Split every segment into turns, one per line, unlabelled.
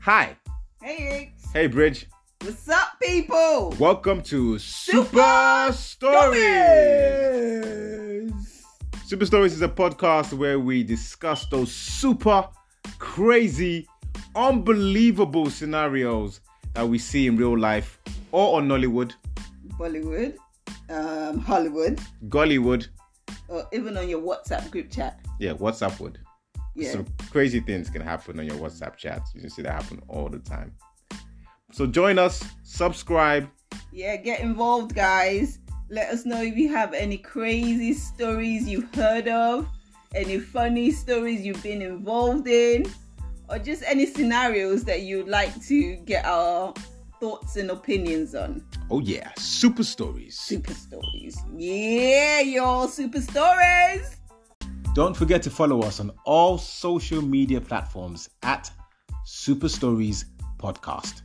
Hi.
Hey, Iggs.
Hey, Bridge.
What's up, people?
Welcome to Super
Super
Stories. Super Stories is a podcast where we discuss those super crazy, unbelievable scenarios that we see in real life or on Nollywood,
Bollywood, um, Hollywood,
Gollywood,
or even on your WhatsApp group chat.
yeah, WhatsApp would.
Yeah.
Some crazy things can happen on your WhatsApp chats. You can see that happen all the time. So join us, subscribe.
yeah, get involved, guys. Let us know if you have any crazy stories you've heard of, any funny stories you've been involved in, or just any scenarios that you'd like to get our thoughts and opinions on.
Oh yeah, Super Stories.
Super stories. Yeah, y'all, super stories.
Don't forget to follow us on all social media platforms at Super Stories Podcast.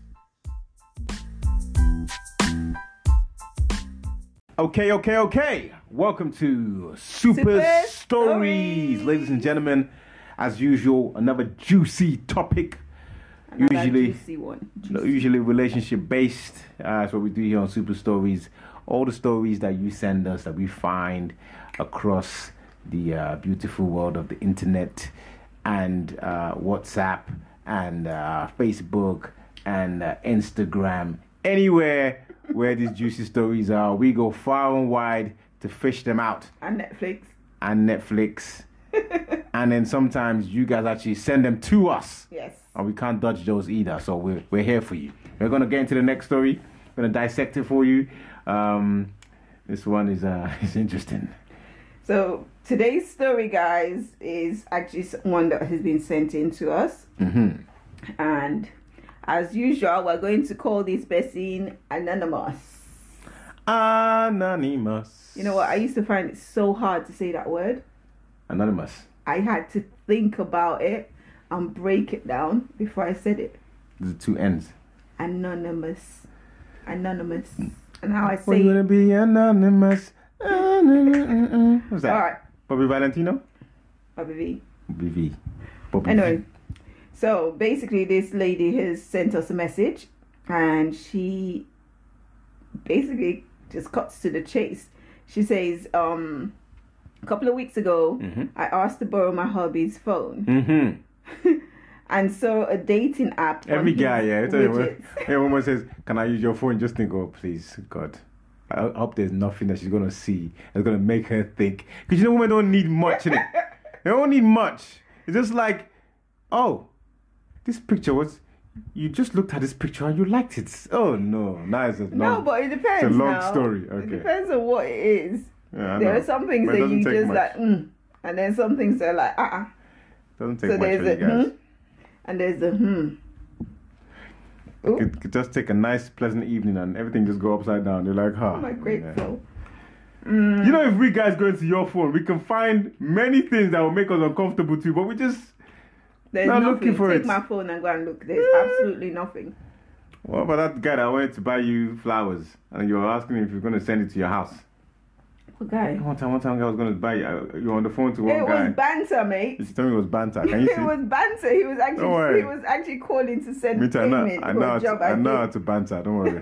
Okay, okay, okay. Welcome to Super,
Super
Stories.
Stories.
ladies and gentlemen. As usual, another juicy topic.
Another
usually,
juicy one.
no, usually relationship based. Uh, that's what we do here on Super Stories. All the stories that you send us that we find across the uh, beautiful world of the internet and uh, WhatsApp and uh, Facebook and uh, Instagram, anywhere where these juicy stories are, we go far and wide to fish them out
And Netflix.
and Netflix. and then sometimes you guys actually send them to us
Yes.
and we can't dodge those either. So we're, we're here for you. We're gonna get into the next story. We're gonna dissect it for you. Um, this one is uh, is interesting.
So today's story, guys, is actually one that has been sent in to us, mm-hmm. and as usual, we're going to call this person anonymous.
Anonymous.
You know what? I used to find it so hard to say that word.
Anonymous.
I had to think about it and break it down before I said it.
There's two ends.
Anonymous, anonymous, and how I
Well,
say
you
it.
wanna be anonymous. Anonymous. Who's that?
All right,
Bobby Valentino.
Bobby V.
Bobby V. Bobby
anyway
V.
so basically this lady has sent us a message and she basically just cuts to the chase she says um a couple of weeks ago i asked to borrow my hubby's phone
Mm-hmm.
and so a dating app on
Every
his
guy, yeah. I Tell you what,
widgets-
everyone says, "Can I use your phone?" Just think, "Oh, please, God." I hope there's nothing that she's gonna see that's gonna make her think. Because you know, women don't need much. Innit? they don't need much. It's just like, oh, this picture was. You just looked at this picture and you liked it. Oh no, now it's a long.
no but it depends
long
now.
story,
it
okay.
depends on what it is
yeah, I
there
know.
are some things
But it
that
doesn't
you
take
just
much.
like mm, and then some things that are like uh-uh
Doesn't take
so
much
there's
for you
a
guys.
hmm and there's a hmm
You could, could just take a nice, pleasant evening and everything just go upside down. You're like, huh.
am I
Oh, yeah.
grateful? Mm,
You know, if we guys go into your phone, we can find many things that will make us uncomfortable too. But we just,
There's
Not
nothing.
looking for
Take
it.
my phone and go and look. There's
Yeah.
absolutely nothing.
what about that guy that wanted to buy you flowers and you were asking him if you're gonna send it to your house?
Poor guy.
One time, one time, guy was gonna buy you. uh, You were on the phone to one
It
guy.
was banter, mate.
He told me it was banter. Can you see?
it was banter. He was actually
Don't worry.
he was actually calling to send
Me too. I know.
payment
I
for
know.
a
how
job.
to-
I
I know how
did.
to banter. Don't worry.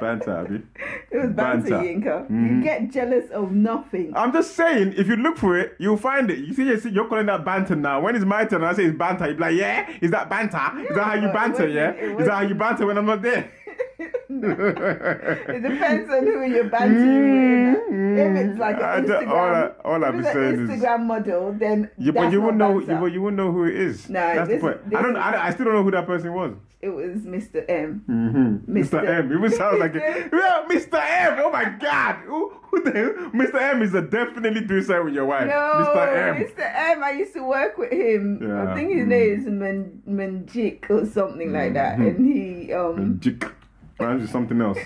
banter, Abby.
It was banter,
banter.
Yinka.
Mhm.
You get jealous of nothing.
I'm just saying, if you look for it, you'll find it. You see, you see you're calling that banter now. When it's my turn, I say it's banter. You're like, yeah, is that banter? Is that how you
No, it
banter?
wasn't.
Yeah,
It
is that how you
wasn't.
banter when I'm not there?
it depends on who you're bantering with.
Mm,
If it's like
I
an
don't-
Instagram,
all I- all I'll
if
be
it's an
saying is-
Instagram model, then
Yeah, but
that's
you
not
won't know.
banter.
You, but you won't know who it is.
No,
that's
this-
the point.
this
I don't.
is-
I, I still don't know who that person was.
It was Mr. M.
Mm-hmm. Mr.
Mr.
M. It even sounds like it. Yeah, Mr. M. Oh my God. Who, who the hell? Mr. M is a definitely suicide with your wife.
No,
Mr. M.
Mr. M. I used to work with him.
Yeah.
I think his
Mm. Mm-hmm.
name is Man- Manjik or something like that. And he, um,
Jick. Rhymes with something else.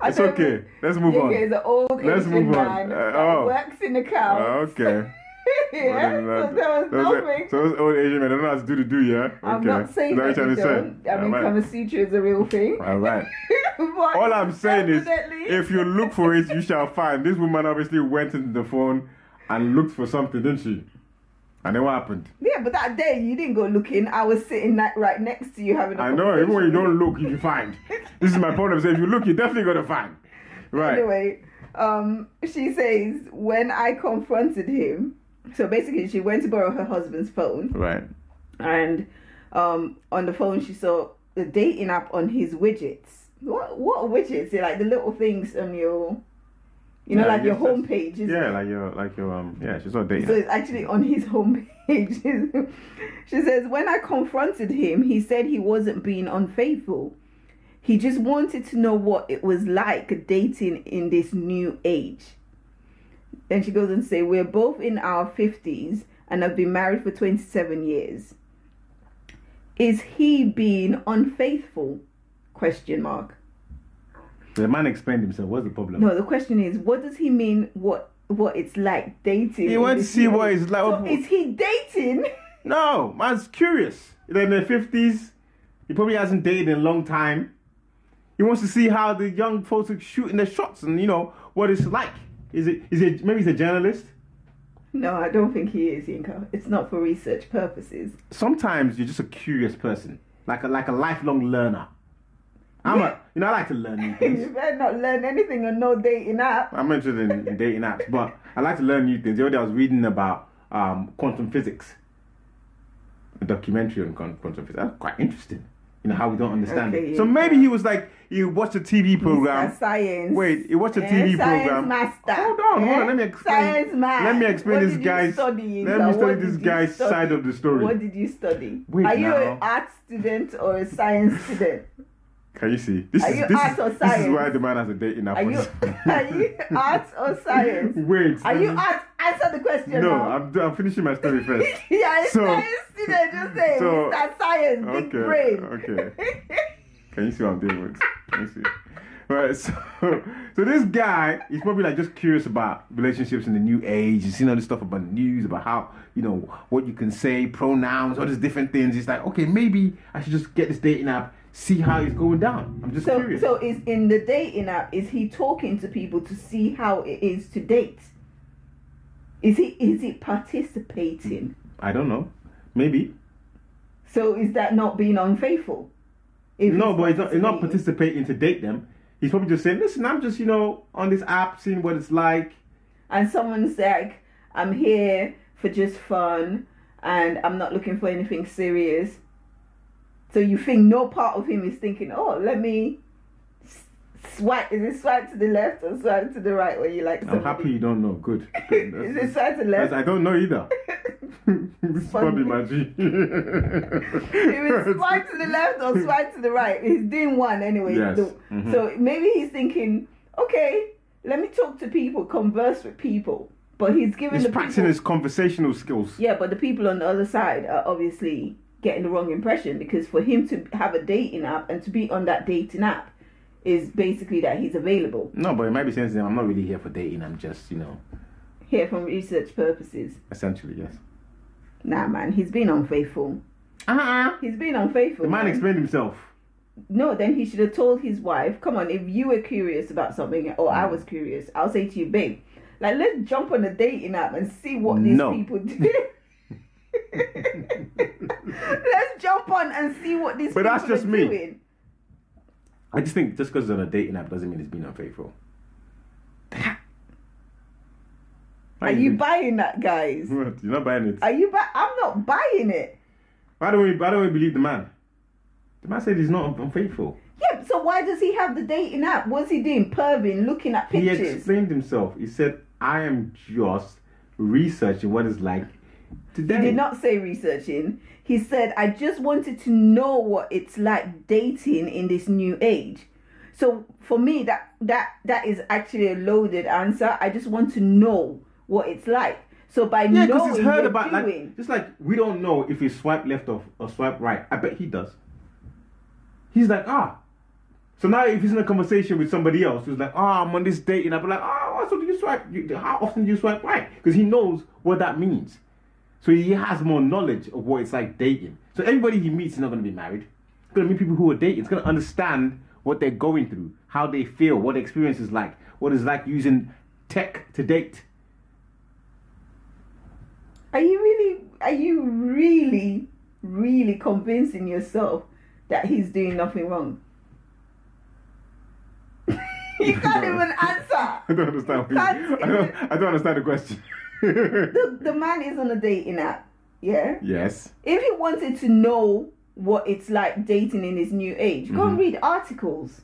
I
it's
don't
okay.
know.
Let's move on.
Manjik is an old
Let's
Asian
move on.
man
Uh,
that
oh.
works in the
Oh,
cow.
okay.
yeah,
Well, then, uh,
so there was
those-
nothing.
So those old Asian men don't know how to do the do, yeah? Okay.
I'm not saying
Is that
that
what
you
you're trying to say?
don't. I mean,
Alright.
Kama Sutra is a real thing.
All right.
But
All I'm saying is,
definitely-
if you look for it, you shall find. This woman obviously went into the phone and looked for something, didn't she? And then what happened?
Yeah, but that day you didn't go looking. I was sitting ni- right next to you having. a
I know, even when you don't
conversation.
look, you find. This is my problem. So if you look, you're definitely going to find. Right.
Anyway, um, she says when I confronted him, so basically she went to borrow her husband's phone,
Right.
and um, on the phone she saw the dating app on his widgets. What what widgets? They're like the little things on your, you know,
Yeah, I
like your
guess that's-
homepage. Isn't
Yeah,
it?
like your, like your, um, yeah, she's not dating.
So it's actually on his homepage. she says, When I confronted him, he said he wasn't being unfaithful. He just wanted to know what it was like dating in this new age. Then she goes on to say, We're both in our 50s and have been married for 27 years. Is he being unfaithful? Question mark.
the man explained himself. What's the problem?
No, the question is, what does he mean? What what it's like dating?
He
in
went to
this
see
new
what
age?
it's like.
So is he dating?
No, man's curious. He's in the fifties, he probably hasn't dated in a long time. He wants to see how the young folks are shooting their shots and you know what it's like. Is it? Is it? Maybe he's a journalist.
No, I don't think he is, Yinka. It's not for research purposes.
Sometimes you're just a curious person, like a like a lifelong learner. I'm a, you know, I like to learn new
you
things.
better not learn anything on no dating app.
I'm interested in, in dating apps, but I like to learn new things. The other day I was reading about um, quantum physics, a documentary on quan- quantum physics. That's quite interesting. You know how we don't understand
Okay,
it. So
yeah.
maybe he was like, you watch a TV program.
That's science.
Wait, you watch a
Eh,
TV
science
program.
Master.
Hold on, hold
Eh?
on. Let me explain.
Science man.
Let me explain
What
this
did you
guy's.
study,
let
Yinka?
me
What
study
did
this
you
guy's
study?
side of the story.
What did you study?
Wait
Are you
now.
an art student or a science student?
Can you see? This
Are
is
you
this,
art or
is, this is why
science?
the man has a dating app.
Are
on
you
his-
are you art or science?
Wait.
Are
let
you
me-
art? Answer the question.
No,
now.
I'm, I'm finishing my story first.
yeah,
So-
science student. Just say
so-
Mr. Science, big
Okay,
brain.
okay. Can you see what I'm dealing with? Can you see? Right, so so this guy is probably like just curious about relationships in the new age. He's seen all this stuff about the news, about how you know what you can say, pronouns, all these different things. It's like, okay, maybe I should just get this dating app, see how it's going down. I'm just
So,
curious.
so is in the dating app? Is he talking to people to see how it is to date? Is he is he participating?
I don't know. Maybe
So is that not being unfaithful? If
no, but he's not, he's not participating
participating.
to date them. He's probably just saying, listen, I'm just you know on this app, seeing what it's like.
And someone's like, "I'm here for just fun, and I'm not looking for anything serious." So you think no part of him is thinking, "Oh, let me." s- Swipe is it swipe to the left or swipe to the right when you like somebody?
I'm happy you don't know. Good. Good.
is it swipe to the left?
I, I don't know either.
Hmm.
this is probably my G.
He was swipe to the left or swipe to the right. He's doing one anyway.
Yes.
The-
Mhm.
So maybe he's thinking, okay, let me talk to people, converse with people. But he's giving
He's
the
practicing
people,
his conversational skills.
yeah, but the people on the other side are obviously getting the wrong impression because for him to have a dating app and to be on that dating app is basically that he's available
No, but it might be saying to them, I'm not really here for dating. I'm just, you know,
here from research purposes.
essentially, yes.
Nah, man, he's been unfaithful.
Uh-uh.
He's been unfaithful.
The man
man.
explained himself.
No, then he should have told his wife, come on, if you were curious about something or
Mm.
I was curious, I'll say to you, babe, like let's jump on a dating app and see what these
No.
people do. let's jump on and see what these
But
people
that's just
are
me.
doing.
I just think just because it's on a dating app doesn't mean it's being unfaithful.
Are you buying that guys?
What? You're not buying it.
Are you buy I'm not buying it.
Why don't we? Why don't we believe the man? The man said he's not unfaithful.
Yeah, so why does he have the dating app? What's he doing? Perving, looking at
He
pictures.
explained himself. He said, "I am just researching what it's like today."
He did not say researching. He said, I just wanted to know what it's like dating in this new age. So for me, that that that is actually a loaded answer. I just want to know what it's like. So by
Yeah, because
knowing,
he's heard
you're
about
doing-
like just like we don't know if he swipe left or, or swipe right. I bet he does. He's like ah, so now if he's in a conversation with somebody else who's like ah, I'm on this date and i will be like ah, so do you swipe? You, how often do you swipe right? Because he knows what that means, so he has more knowledge of what it's like dating. So everybody he meets is not going to be married. He's going to meet people who are dating. He's going to understand what they're going through, how they feel, what the experience is like, what it's like using tech to date.
are you really? are you really, really convincing yourself that he's doing nothing wrong? you can't even answer.
I don't understand. What you,
That's
I don't. I don't understand the question.
The, the man is on a dating app, yeah?
yes.
If he wanted to know what it's like dating in his new age, go and
Mhm.
read articles.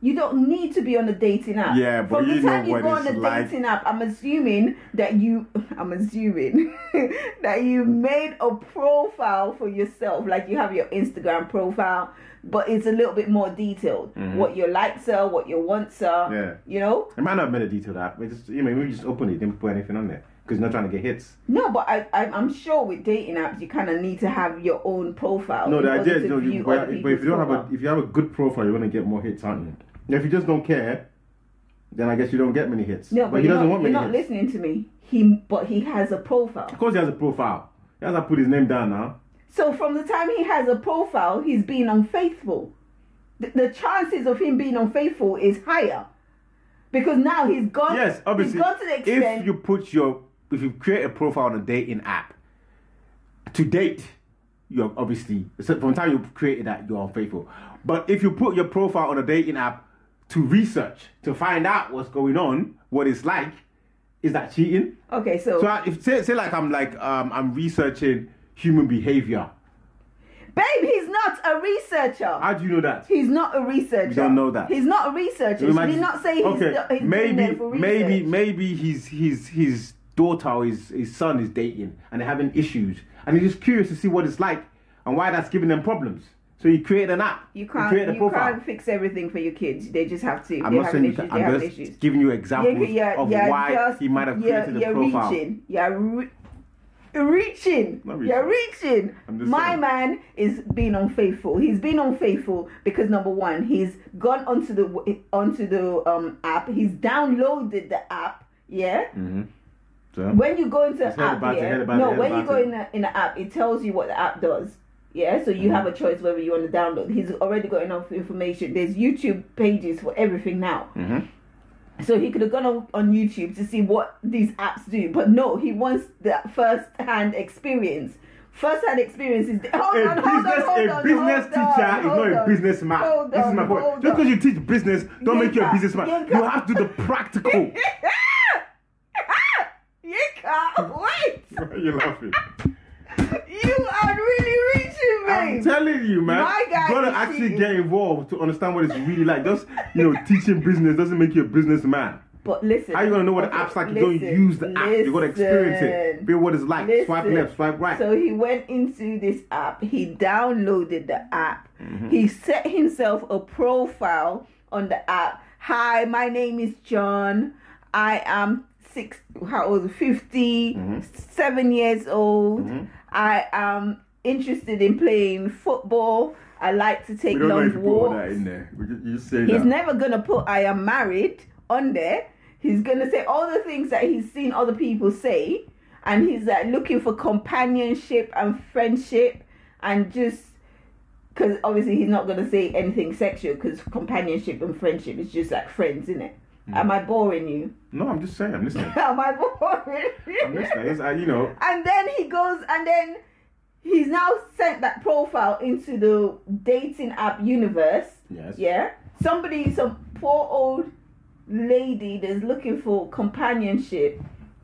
You don't need to be on a dating app.
Yeah, but
From
you
the
know
time you
what
go on
it's
a
like.
dating app, I'm assuming that you, I'm assuming that you made a profile for yourself. Like you have your Instagram profile, but it's a little bit more detailed.
Mhm.
What your likes are, what your wants are.
Yeah.
You know,
It might not have been a detailed app, but just you know, maybe just open it, didn't put anything on there because you're not trying to get hits.
No, but I, I, I'm sure with dating apps, you kind of need to have your own profile.
No,
in
the
order
idea
to
is no, you,
view
but,
other
but if you don't have
people's
a if you have a good profile, you're gonna get more hits, aren't you? If you just don't care, then I guess you don't get many hits.
No, but,
but he
you're
doesn't
not,
want
you're
many
not
hits.
listening to me. He, but he has a profile.
Of course, he has a profile. He has to put his name down now.
So from the time he has a profile, he's being unfaithful. The, the chances of him being unfaithful is higher because now he's gone.
Yes, obviously.
he's gone to the extent.
if you put your if you create a profile on a dating app, to date, you're obviously so from the time you created that you're unfaithful. But if you put your profile on a dating app to research to find out what's going on, what it's like, is that cheating?
okay, so,
So I, if say say like I'm like um I'm researching human behavior.
babe, he's not a researcher.
How do you know that?
He's not a researcher.
You don't know that.
He's not a researcher.
You
Should
might-
he not say he's, not- he's doing
maybe
that for research?
maybe maybe his his his daughter or his, his son is dating and they're having issues and he's just curious to see what it's like and why that's giving them problems. So you create an app.
You can't.
create a
you
profile.
can't fix everything for your kids. They just have to.
I'm
they
not
have
saying you
issues.
can,
they have
I'm just
issues.
giving you examples
yeah,
of
yeah,
why
just-
he might have
you're-
created
you're
a profile.
Reaching. You're, re- you're reaching.
Not
You're reaching.
I'm just
My
saying.
man is being unfaithful. He's been unfaithful because number one, he's gone onto the w- onto the um app. He's downloaded the app. Yeah.
hmm So
When you go into
Just
an
heard
app,
about it,
yeah,
heard about it,
no,
heard
when you
about
go
it.
in a, in an app, it tells you what the app does. Yeah, so you
Mm-hmm.
have a choice whether you want to download. He's already got enough information. There's YouTube pages for everything now.
Mhm.
So he could have gone on, on YouTube to see what these apps do, but no, he wants that first-hand experience. First-hand experience is hold
a
on, hold on,
business,
hold
a
on,
business
hold on,
teacher
hold
is not a
on.
businessman.
Hold
this is
on,
my point.
hold
Just
on.
because you teach business, don't make you a
Yinka,
businessman. You
Yinka.
have to do the practical.
Ah! You can't wait.
You're laughing.
You are really reaching me.
I'm telling you, man.
My guy
you gotta
is
actually
cheating.
get involved to understand what it's really like. Just you know, teaching business doesn't make you a businessman.
But listen,
How you gonna know what the
okay,
app's like? if you
listen,
don't use the app. You gotta experience it.
listen,
Feel what it's like. Swipe
listen.
left, swipe right.
So he went into this app. He downloaded the app.
Mm-hmm.
He set himself a profile on the app. Hi, my name is John. I am six. How old? 50
Mm-hmm.
seven years old. I am interested in playing football. I like to take
we don't know
long
if you put all
walks.
that in there. We ju- You say
He's
that.
never gonna put I am married on there. He's gonna say all the things that he's seen other people say, and he's like looking for companionship and friendship, and just because obviously he's not gonna say anything sexual because companionship and friendship is just like friends, isn't it? Am I boring you?
no, I'm just saying. I'm listening.
Am I boring?
I'm listening. Yes, I, you know.
and then he goes and then he's now sent that profile into the dating app universe.
Yes.
Yeah. Somebody, some poor old lady that's looking for companionship,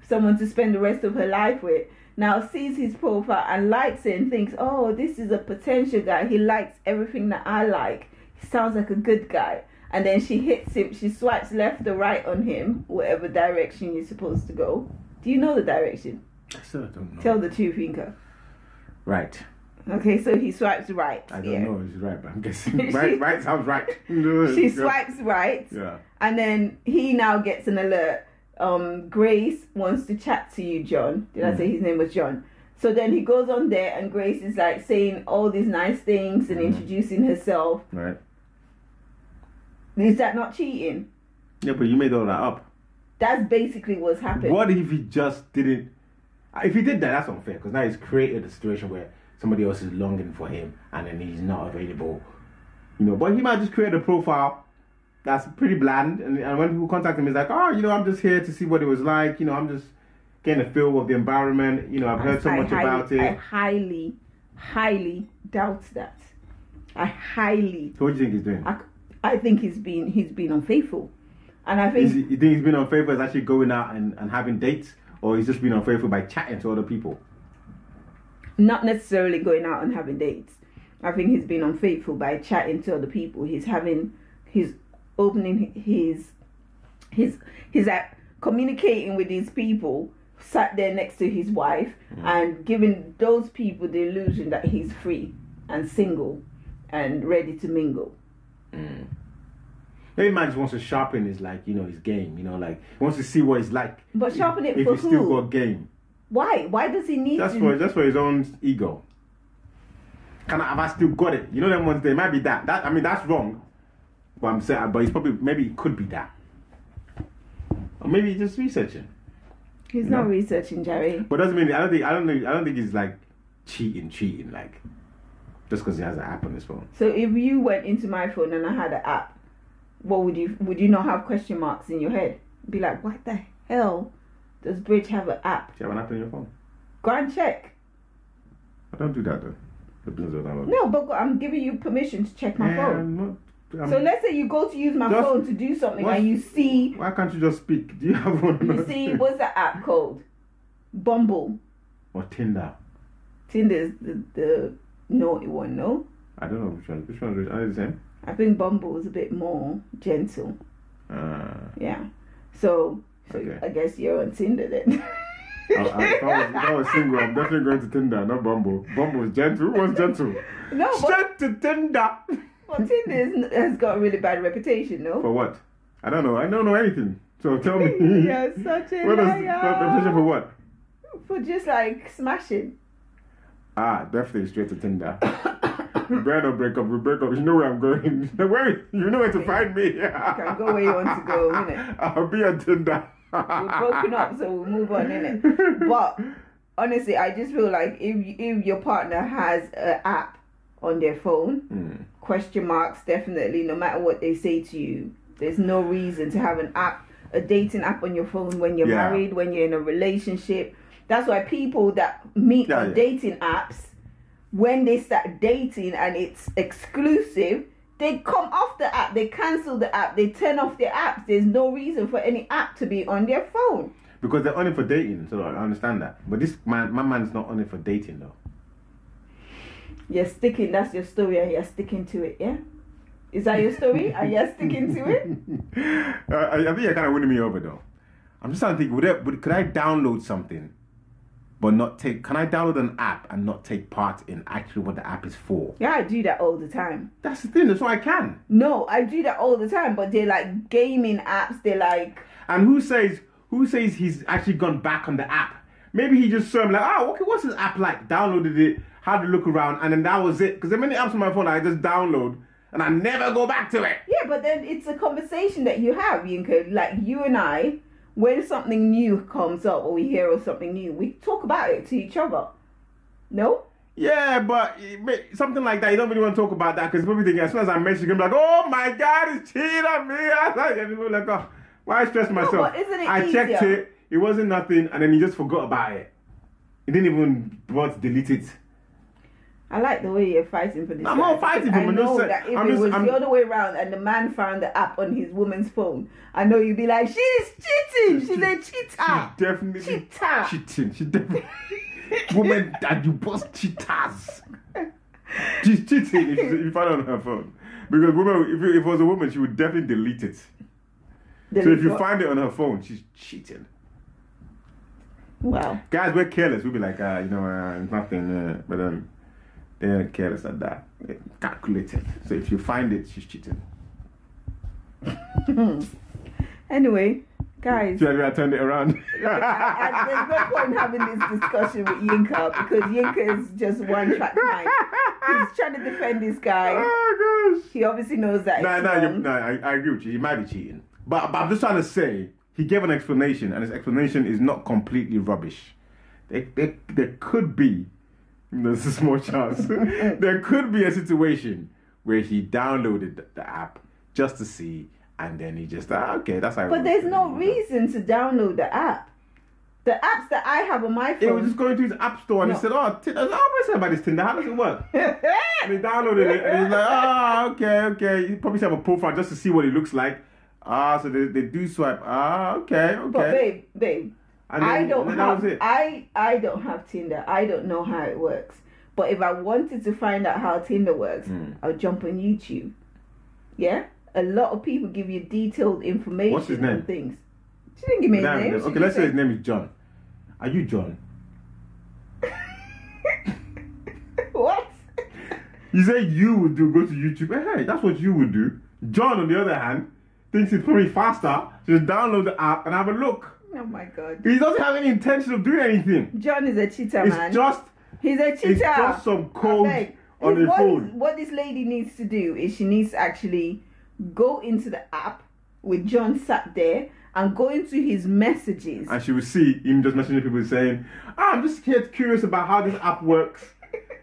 someone to spend the rest of her life with, now sees his profile and likes it and thinks, oh, this is a potential guy. He likes everything that I like. He sounds like a good guy. And then she hits him, she swipes left or right on him, whatever direction you're supposed to go. Do you know the direction?
I still don't know.
Tell the truth, Inka.
Right.
Okay, so he swipes right.
I don't
yeah.
know. It's right, but I'm guessing. right, right sounds right.
She
she
swipes right.
Yeah.
And then he now gets an alert. Um, Grace wants to chat to you, John. Did
Mm.
I say his name was John? So then he goes on there, and Grace is like saying all these nice things
Mm.
and introducing herself.
Right.
Is that not cheating?
Yeah, but you made all that up.
That's basically what's happened.
What if he just didn't? uh, If he did that, that's unfair because now he's created a situation where somebody else is longing for him and then he's not available. You know, but he might just create a profile that's pretty bland, and, and when people contact him, he's like, "Oh, you know, I'm just here to see what it was like. You know, I'm just Getting a feel of the environment. You know, I've heard so
I
much
highly-
about
I
it.
highly, highly doubt that. I highly,
So what do you think he's doing?
I, I think he's been he's been unfaithful, and I
Is
think
he, you think he's been unfaithful as actually going out and, and having dates, or he's just been unfaithful by chatting to other people?
not necessarily going out and having dates. I think he's been unfaithful by chatting to other people. He's having, he's opening his, his, he's at communicating with these people sat there next to his wife
Mm.
and giving those people the illusion that he's free and single and ready to mingle.
Mm. Maybe man just wants to sharpen his like you know his game. You know, like he wants to see what it's like.
But sharpen it
if
for
he's still
who?
got game.
Why? Why does he need
That's
to?
for that's for his own ego. Can I have I still got it? You know them ones there might be that. That I mean that's wrong. But I'm saying but it's probably maybe it could be that. Or maybe he's just researching.
he's
No.
not researching, Jerry.
But doesn't mean I don't think I don't think I don't think he's like cheating, cheating, like just because he has an app on his phone.
So if you went into my phone and I had an app, what would you would you not have question marks in your head? Be like, what the hell does Bridge have an app?
Do you have an app on your phone?
Go and check.
I don't do that though. The business don't download.
No, but go- I'm giving you permission to check my
Yeah,
phone.
I'm not, I'm-
so let's say you go to use my
Just-
phone to do something
what-
and you see
why can't you just speak? Do you have one?
you see what's the app called? Bumble.
or Tinder.
Tinder's the, the no one, no.
I don't know which one. Which one is are they the same?
I think Bumble is a bit more gentle.
Uh,
Yeah. So, so
Okay.
I guess you're on Tinder then.
I, Oh, I, if, I was, if I was single, I'm definitely going to Tinder, not Bumble. Bumble is gentle. Who was gentle?
no, but,
Straight to Tinder.
but Tinder is, has got a really bad reputation, no?
For what? I don't know. I don't know anything. So tell me.
you're such a
What is the reputation for
liar.
what?
For just like smashing.
Ah, definitely straight to Tinder. we better not break up. We break up. You know where I'm going. where you know where to find me. you
can go where you want to go, innit?
I'll be on Tinder.
We've broken up, so we'll move on, innit? But honestly, I just feel like if, you- if your partner has an app on their phone,
Mm.
question marks, definitely, no matter what they say to you, there's no reason to have an app, a dating app on your phone when you're
Yeah.
married, when you're in a relationship. That's why people that meet
Yeah,
on
yeah.
dating apps, when they start dating and it's exclusive, they come off the app, they cancel the app, they turn off their apps. There's no reason for any app to be on their phone.
Because they're on it for dating, so I understand that. But this man, my man's not on it for dating though.
You're sticking, that's your story, and you're sticking to it, yeah? Is that your story? and you're sticking to it?
I, Uh, I I think you're kind of winning me over though. I'm just trying to think. Would, I, would could I download something, but not take? Can I download an app and not take part in actually what the app is for?
Yeah, I do that all the time.
That's the thing. That's why I can.
No, I do that all the time, but they're like gaming apps, they're like
And who says who says he's actually gone back on the app? Maybe he just saw him like, oh, okay, what's his app like? Downloaded it, had a look around, and then that was it. Because there are many apps on my phone I just download and I never go back to it.
Yeah, but then it's a conversation that you have, Yinka. Like you and I, when something new comes up or we hear of something new, we talk about it to each other. No?
Yeah, but it may- something like that, you don't really want to talk about that because people think as soon as I mention, you're gonna be like, oh my God, it's cheating on me. I like, and people are like, oh, why stress myself?
but isn't it
I checked
easier?
it, it wasn't nothing, and then you just forgot about it. You didn't even want to delete it.
I like the way you're fighting for this.
I'm not
guy,
fighting
because
for him,
I
I'm just
know
saying-
that if
I'm
it
just-
was
I'm-
the other way around and the man found the app on his woman's phone, I know you'd be like, she's cheating. She's a cheater.
She definitely
Ah, Cheater.
cheating. She definitely women that you both cheaters. She's cheating if, if I don't have her phone. Because women, if, it- if it was a woman, she would definitely delete it. So if you find it on her phone, she's cheating.
wow,
Guys, we're careless. We'll be like, uh, you know, uh, it's nothing. Uh, but um, they're careless at that. They're calculated. So if you find it, she's cheating.
anyway, guys.
Do you know I turned it around?
I, I, there's no point having this discussion with Yinka because Yinka is just one track mind. He's trying to defend this guy.
oh gosh.
He obviously knows that.
No,
it's
no, you,
wrong.
no. I, I agree with you. He might be cheating, but, but I'm just trying to say he gave an explanation, and his explanation is not completely rubbish. There, there, there could be, there's a small chance, there could be a situation where he downloaded the, the app just to see, and then he just ah, okay, that's how. it
But
works.
there's no reason to download the app. The apps that I have on my
It was
phone.
just going through his app store and
No.
he said, Oh, Tinder, how much said about this Tinder? How does it work? and he downloaded it and he's like, Ah, okay, okay. He probably should have a profile just to see what it looks like. Ah, so they, they do swipe. Ah, okay, okay.
but babe, babe,
and
I don't
and
have
that was it.
I I don't have Tinder. I don't know how it works. But if I wanted to find out how Tinder works,
Mm.
I'll jump on YouTube. Yeah, a lot of people give you detailed information
What's his name?
on things. She didn't give me
Damn,
a name.
yeah.
She
okay,
just
let's say
said-
his name is John. Are you John?
what?
You say you would do go to YouTube. Eh, Hey, that's what you would do. John, on the other hand, thinks it's probably faster to just download the app and have a look.
Oh my god.
He doesn't have any intention of doing anything.
John is a cheater,
It's
man.
just
He's a cheater.
it's just some code
Abeg,
on
if
the
what
phone.
this- what this lady needs to do is she needs to actually go into the app with John sat there and go into his messages.
and she will see him just messaging people saying, ah, I'm just here curious about how this app works.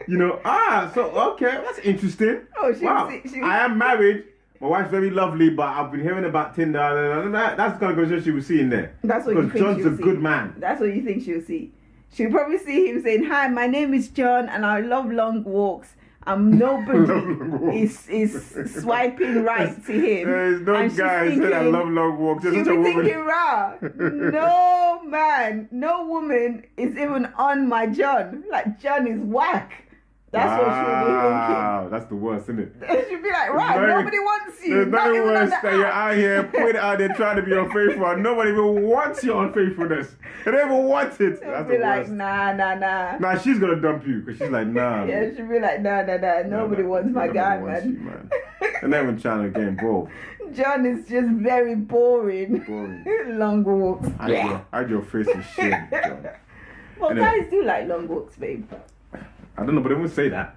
You know, ah, so okay, that's interesting.
Oh, she
wow.
was- she was-
I am married. My wife's very lovely, but I've been hearing about Tinder. blah, blah, blah, blah." That's the kind of conversation she was seeing there.
That's what you
Because
think
John's
she'll
a
see.
good man.
That's what you think she'll see. She'll probably see him saying, "Hi, my name is John, and I love long walks." And
Long
nobody
walks.
is is swiping right to him.
There is no
And she's
guy who said I
thinking-
love long walks. There's
You'll
such a
be
woman.
thinking, rah, no man, no woman is even on my John. Like, John is whack. That's
wow, that's the worst, isn't it?
what she'll be thinking. She'll be like, right,
There's nothing-
nobody wants you.
There's
not
nothing
even on
worse
the
that you're
app.
out here put out there trying to be unfaithful. and Nobody even wants your unfaithfulness. They don't even want it.
She'll
That's
be
the
like,
worst.
nah, nah, nah.
Nah, she's gonna dump you because she's like, nah.
Yeah,
man.
she'll be like, nah, nah,
Nah,
nah. Nobody
nah,
wants my
nobody
guy,
wants
man.
you, man. And then when trying to get involved,
John is just very boring.
Boring.
long walks.
hide your, hide your face in shame. John.
Well,
Anyway.
guys do like long walks, babe.
I don't know, but they won't say that.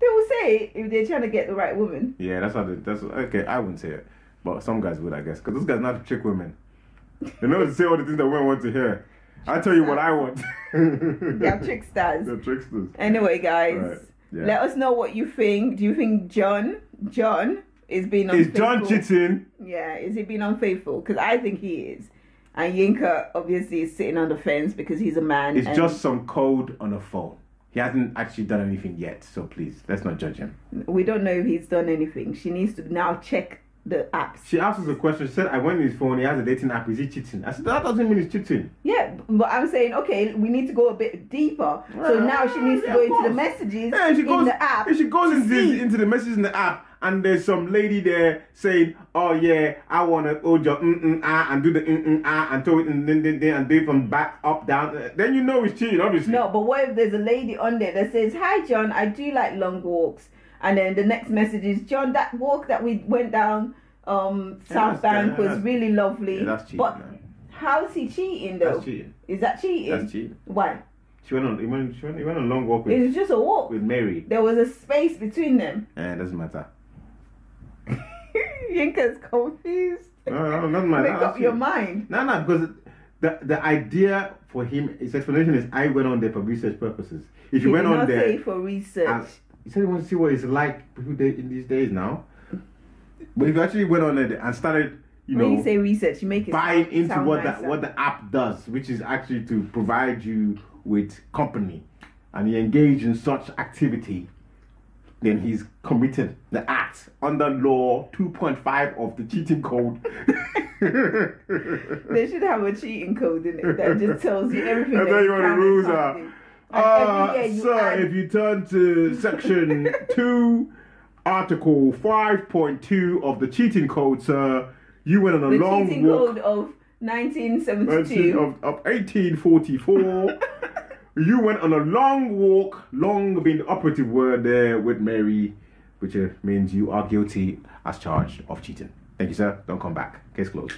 They will say it if they're trying to get the right woman.
Yeah, that's how. They, that's okay. I wouldn't say it, but some guys would, I guess, because those guys not trick women. They know to say all the things that women want to hear. I tell you what I want.
They're tricksters.
They're tricksters.
Anyway, guys,
Right, yeah.
let us know what you think. Do you think John John is being
Is
unfaithful?
John cheating?
Yeah, is he being unfaithful? Because I think he is. And Yinka obviously is sitting on the fence because he's a man.
It's
and-
just some code on a phone. He hasn't actually done anything yet, so please let's not judge him.
we don't know if he's done anything. She needs to now check the apps.
She asked us a question. She said, "I went in his phone. He has a dating app. Is he cheating?" I said, "That doesn't mean he's cheating."
Yeah, but I'm saying okay, we need to go a bit deeper. So
Yeah,
now she needs to
yeah,
go
of
into the
course.
messages
Yeah, and she
in
goes.
the app.
and she goes into
see.
the, into the message in the app, and there's some lady there saying, "Oh yeah, I wanna hold your mm mm ah and do the mm mm ah and throw it and then then then and do it from back up down." Uh, Then you know he's cheating, obviously.
No, but what if there's a lady on there that says, "Hi, John, I do like long walks," and then the next message is, "John, that walk that we went down um,
Yeah, that's-
South
yeah,
Bank was
that's-
really lovely."
Yeah, that's cheating.
But
man.
how's he cheating though?
That's cheating.
Is that cheating?
That's cheating.
Why?
She went on. He went. She went, he went on a long walk
It
with,
was just a walk.
with Mary.
There was a space between them.
Eh, it doesn't matter.
Yinka's confused.
No, no, doesn't matter.
Make
That's
up your
cheating.
mind.
No, no, because the the idea for him, his explanation is, I went on there for research purposes. If you
He
went
did
on
not
there,
say for research.
and- he said he wants to see what it's like people day, in these days now. But if you actually went on there and started, you
when
know,
you say research, you make it
buying
sound-
into
sound
what
nicer.
the what the app does, which is actually to provide you with company, and you engage in such activity, then he's committed the act under law 2.5 of the cheating code.
They should have a cheating code in it that just tells you everything.
And
that
then
you
you want to
can
rules
and can't
are. Uh,
do. And every year you
sir,
add-
if you turn to section 2, article 5.2 of the cheating code, sir, you went on a
the
long
cheating
walk
code of
mention
1972.
of, of 1844. you went on a long walk, long being the operative word there with Mary, which uh, means you are guilty as charged of cheating. Thank you, sir. Don't come back. Case closed.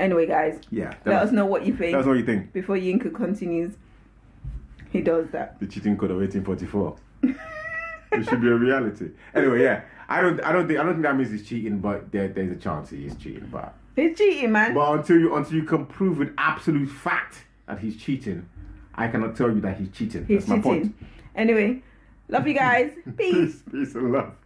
Anyway, guys,
Yeah.
let
That
us
was,
know what you think
that's all you think.
before Yinka continues. He does that.
the cheating code of 1844. it should be a reality. Anyway, yeah, I don't, I don't think, I don't think that means he's cheating, but there, there's a chance he is cheating. But,
He's cheating, man.
but until you, until you can prove with absolute fact that he's cheating, I cannot tell you that he's cheating.
He's
That's my
cheating.
point.
Anyway, love you guys.
Peace,
Peace.
peace, and love.